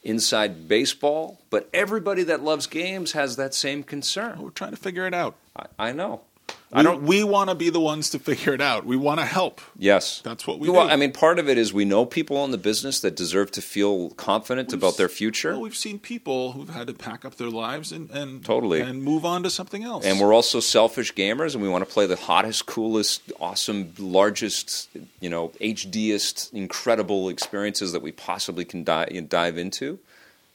S1: inside baseball. But everybody that loves games has that same concern.
S2: We're trying to figure it out.
S1: I, I know.
S2: We,
S1: I don't.
S2: We want to be the ones to figure it out. We want to help.
S1: Yes,
S2: That's what we
S1: Well,
S2: do.
S1: I mean, part of it is we know people in the business that deserve to feel confident about their future.
S2: Well, we've seen people who've had to pack up their lives and, and
S1: Totally.
S2: and move on to something else.
S1: And we're also selfish gamers, and we want to play the hottest, coolest, awesome, largest, you know, HDest, incredible experiences that we possibly can di- dive into.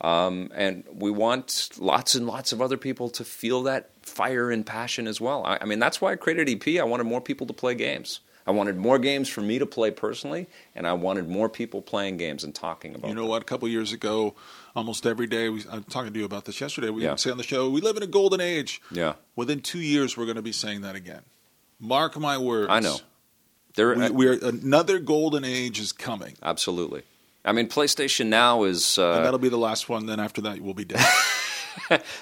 S1: Um, and we want lots and lots of other people to feel that fire and passion as well. I, I mean, that's why I created EP. I wanted more people to play games. I wanted more games for me to play personally, and I wanted more people playing games and talking about.
S2: You know
S1: them.
S2: what? A couple years ago, almost every day, we, I'm talking to you about this yesterday. We
S1: Yeah.
S2: would say on the show, we live in a golden age.
S1: Yeah.
S2: Within two years, we're going to be saying that again. Mark my words.
S1: I know. There,
S2: We, we're another golden age is coming,
S1: absolutely. I mean, PlayStation Now is. Uh,
S2: and that'll be the last one. Then after that, we'll be dead.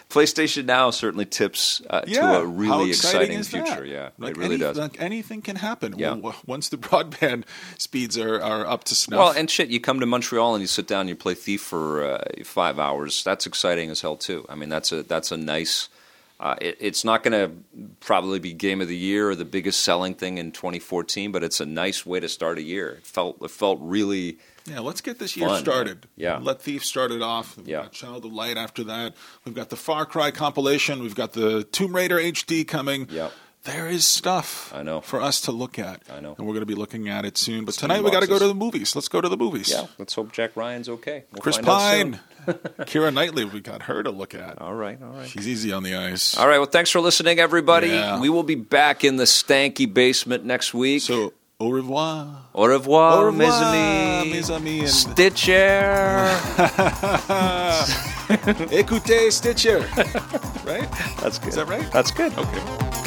S1: PlayStation Now certainly tips uh, to a
S2: how
S1: really exciting,
S2: is that?
S1: future. Yeah,
S2: Like
S1: it really
S2: any-
S1: does.
S2: Like anything can happen.
S1: Yeah.
S2: W- Once the broadband speeds are, are up to snuff.
S1: well, and shit, you come to Montreal and you sit down, and you play Thief for uh, five hours. That's exciting as hell too. I mean, that's a that's a nice. Uh, it, it's not going to probably be game of the year or the biggest selling thing in 2014, but it's a nice way to start a year. It felt it felt really
S2: Yeah, let's get this year
S1: Fun.
S2: started.
S1: Yeah.
S2: Let Thief start it off. We've
S1: Yeah.
S2: got Child of Light after that. We've got the Far Cry compilation. We've got the Tomb Raider HD coming.
S1: Yep.
S2: There is stuff
S1: I know.
S2: for us to look at.
S1: I know.
S2: And we're going to be looking at it soon. But
S1: Steam
S2: tonight we got to go
S1: boxes.
S2: to the movies. Let's go to the movies.
S1: yeah. Let's hope Jack Ryan's okay. We'll
S2: Chris
S1: find out soon.
S2: Pine, Kira Knightley, we got her to look at.
S1: All right, all right.
S2: She's easy on the ice.
S1: All right. Well, thanks for listening, everybody.
S2: Yeah.
S1: We will be back in the stanky basement next week.
S2: So, au revoir.
S1: Au revoir,
S2: Au revoir,
S1: mes amis.
S2: mes amis, and-
S1: Stitcher.
S2: Écoutez Stitcher. right?
S1: That's good.
S2: Is that right?
S1: That's good.
S2: Okay.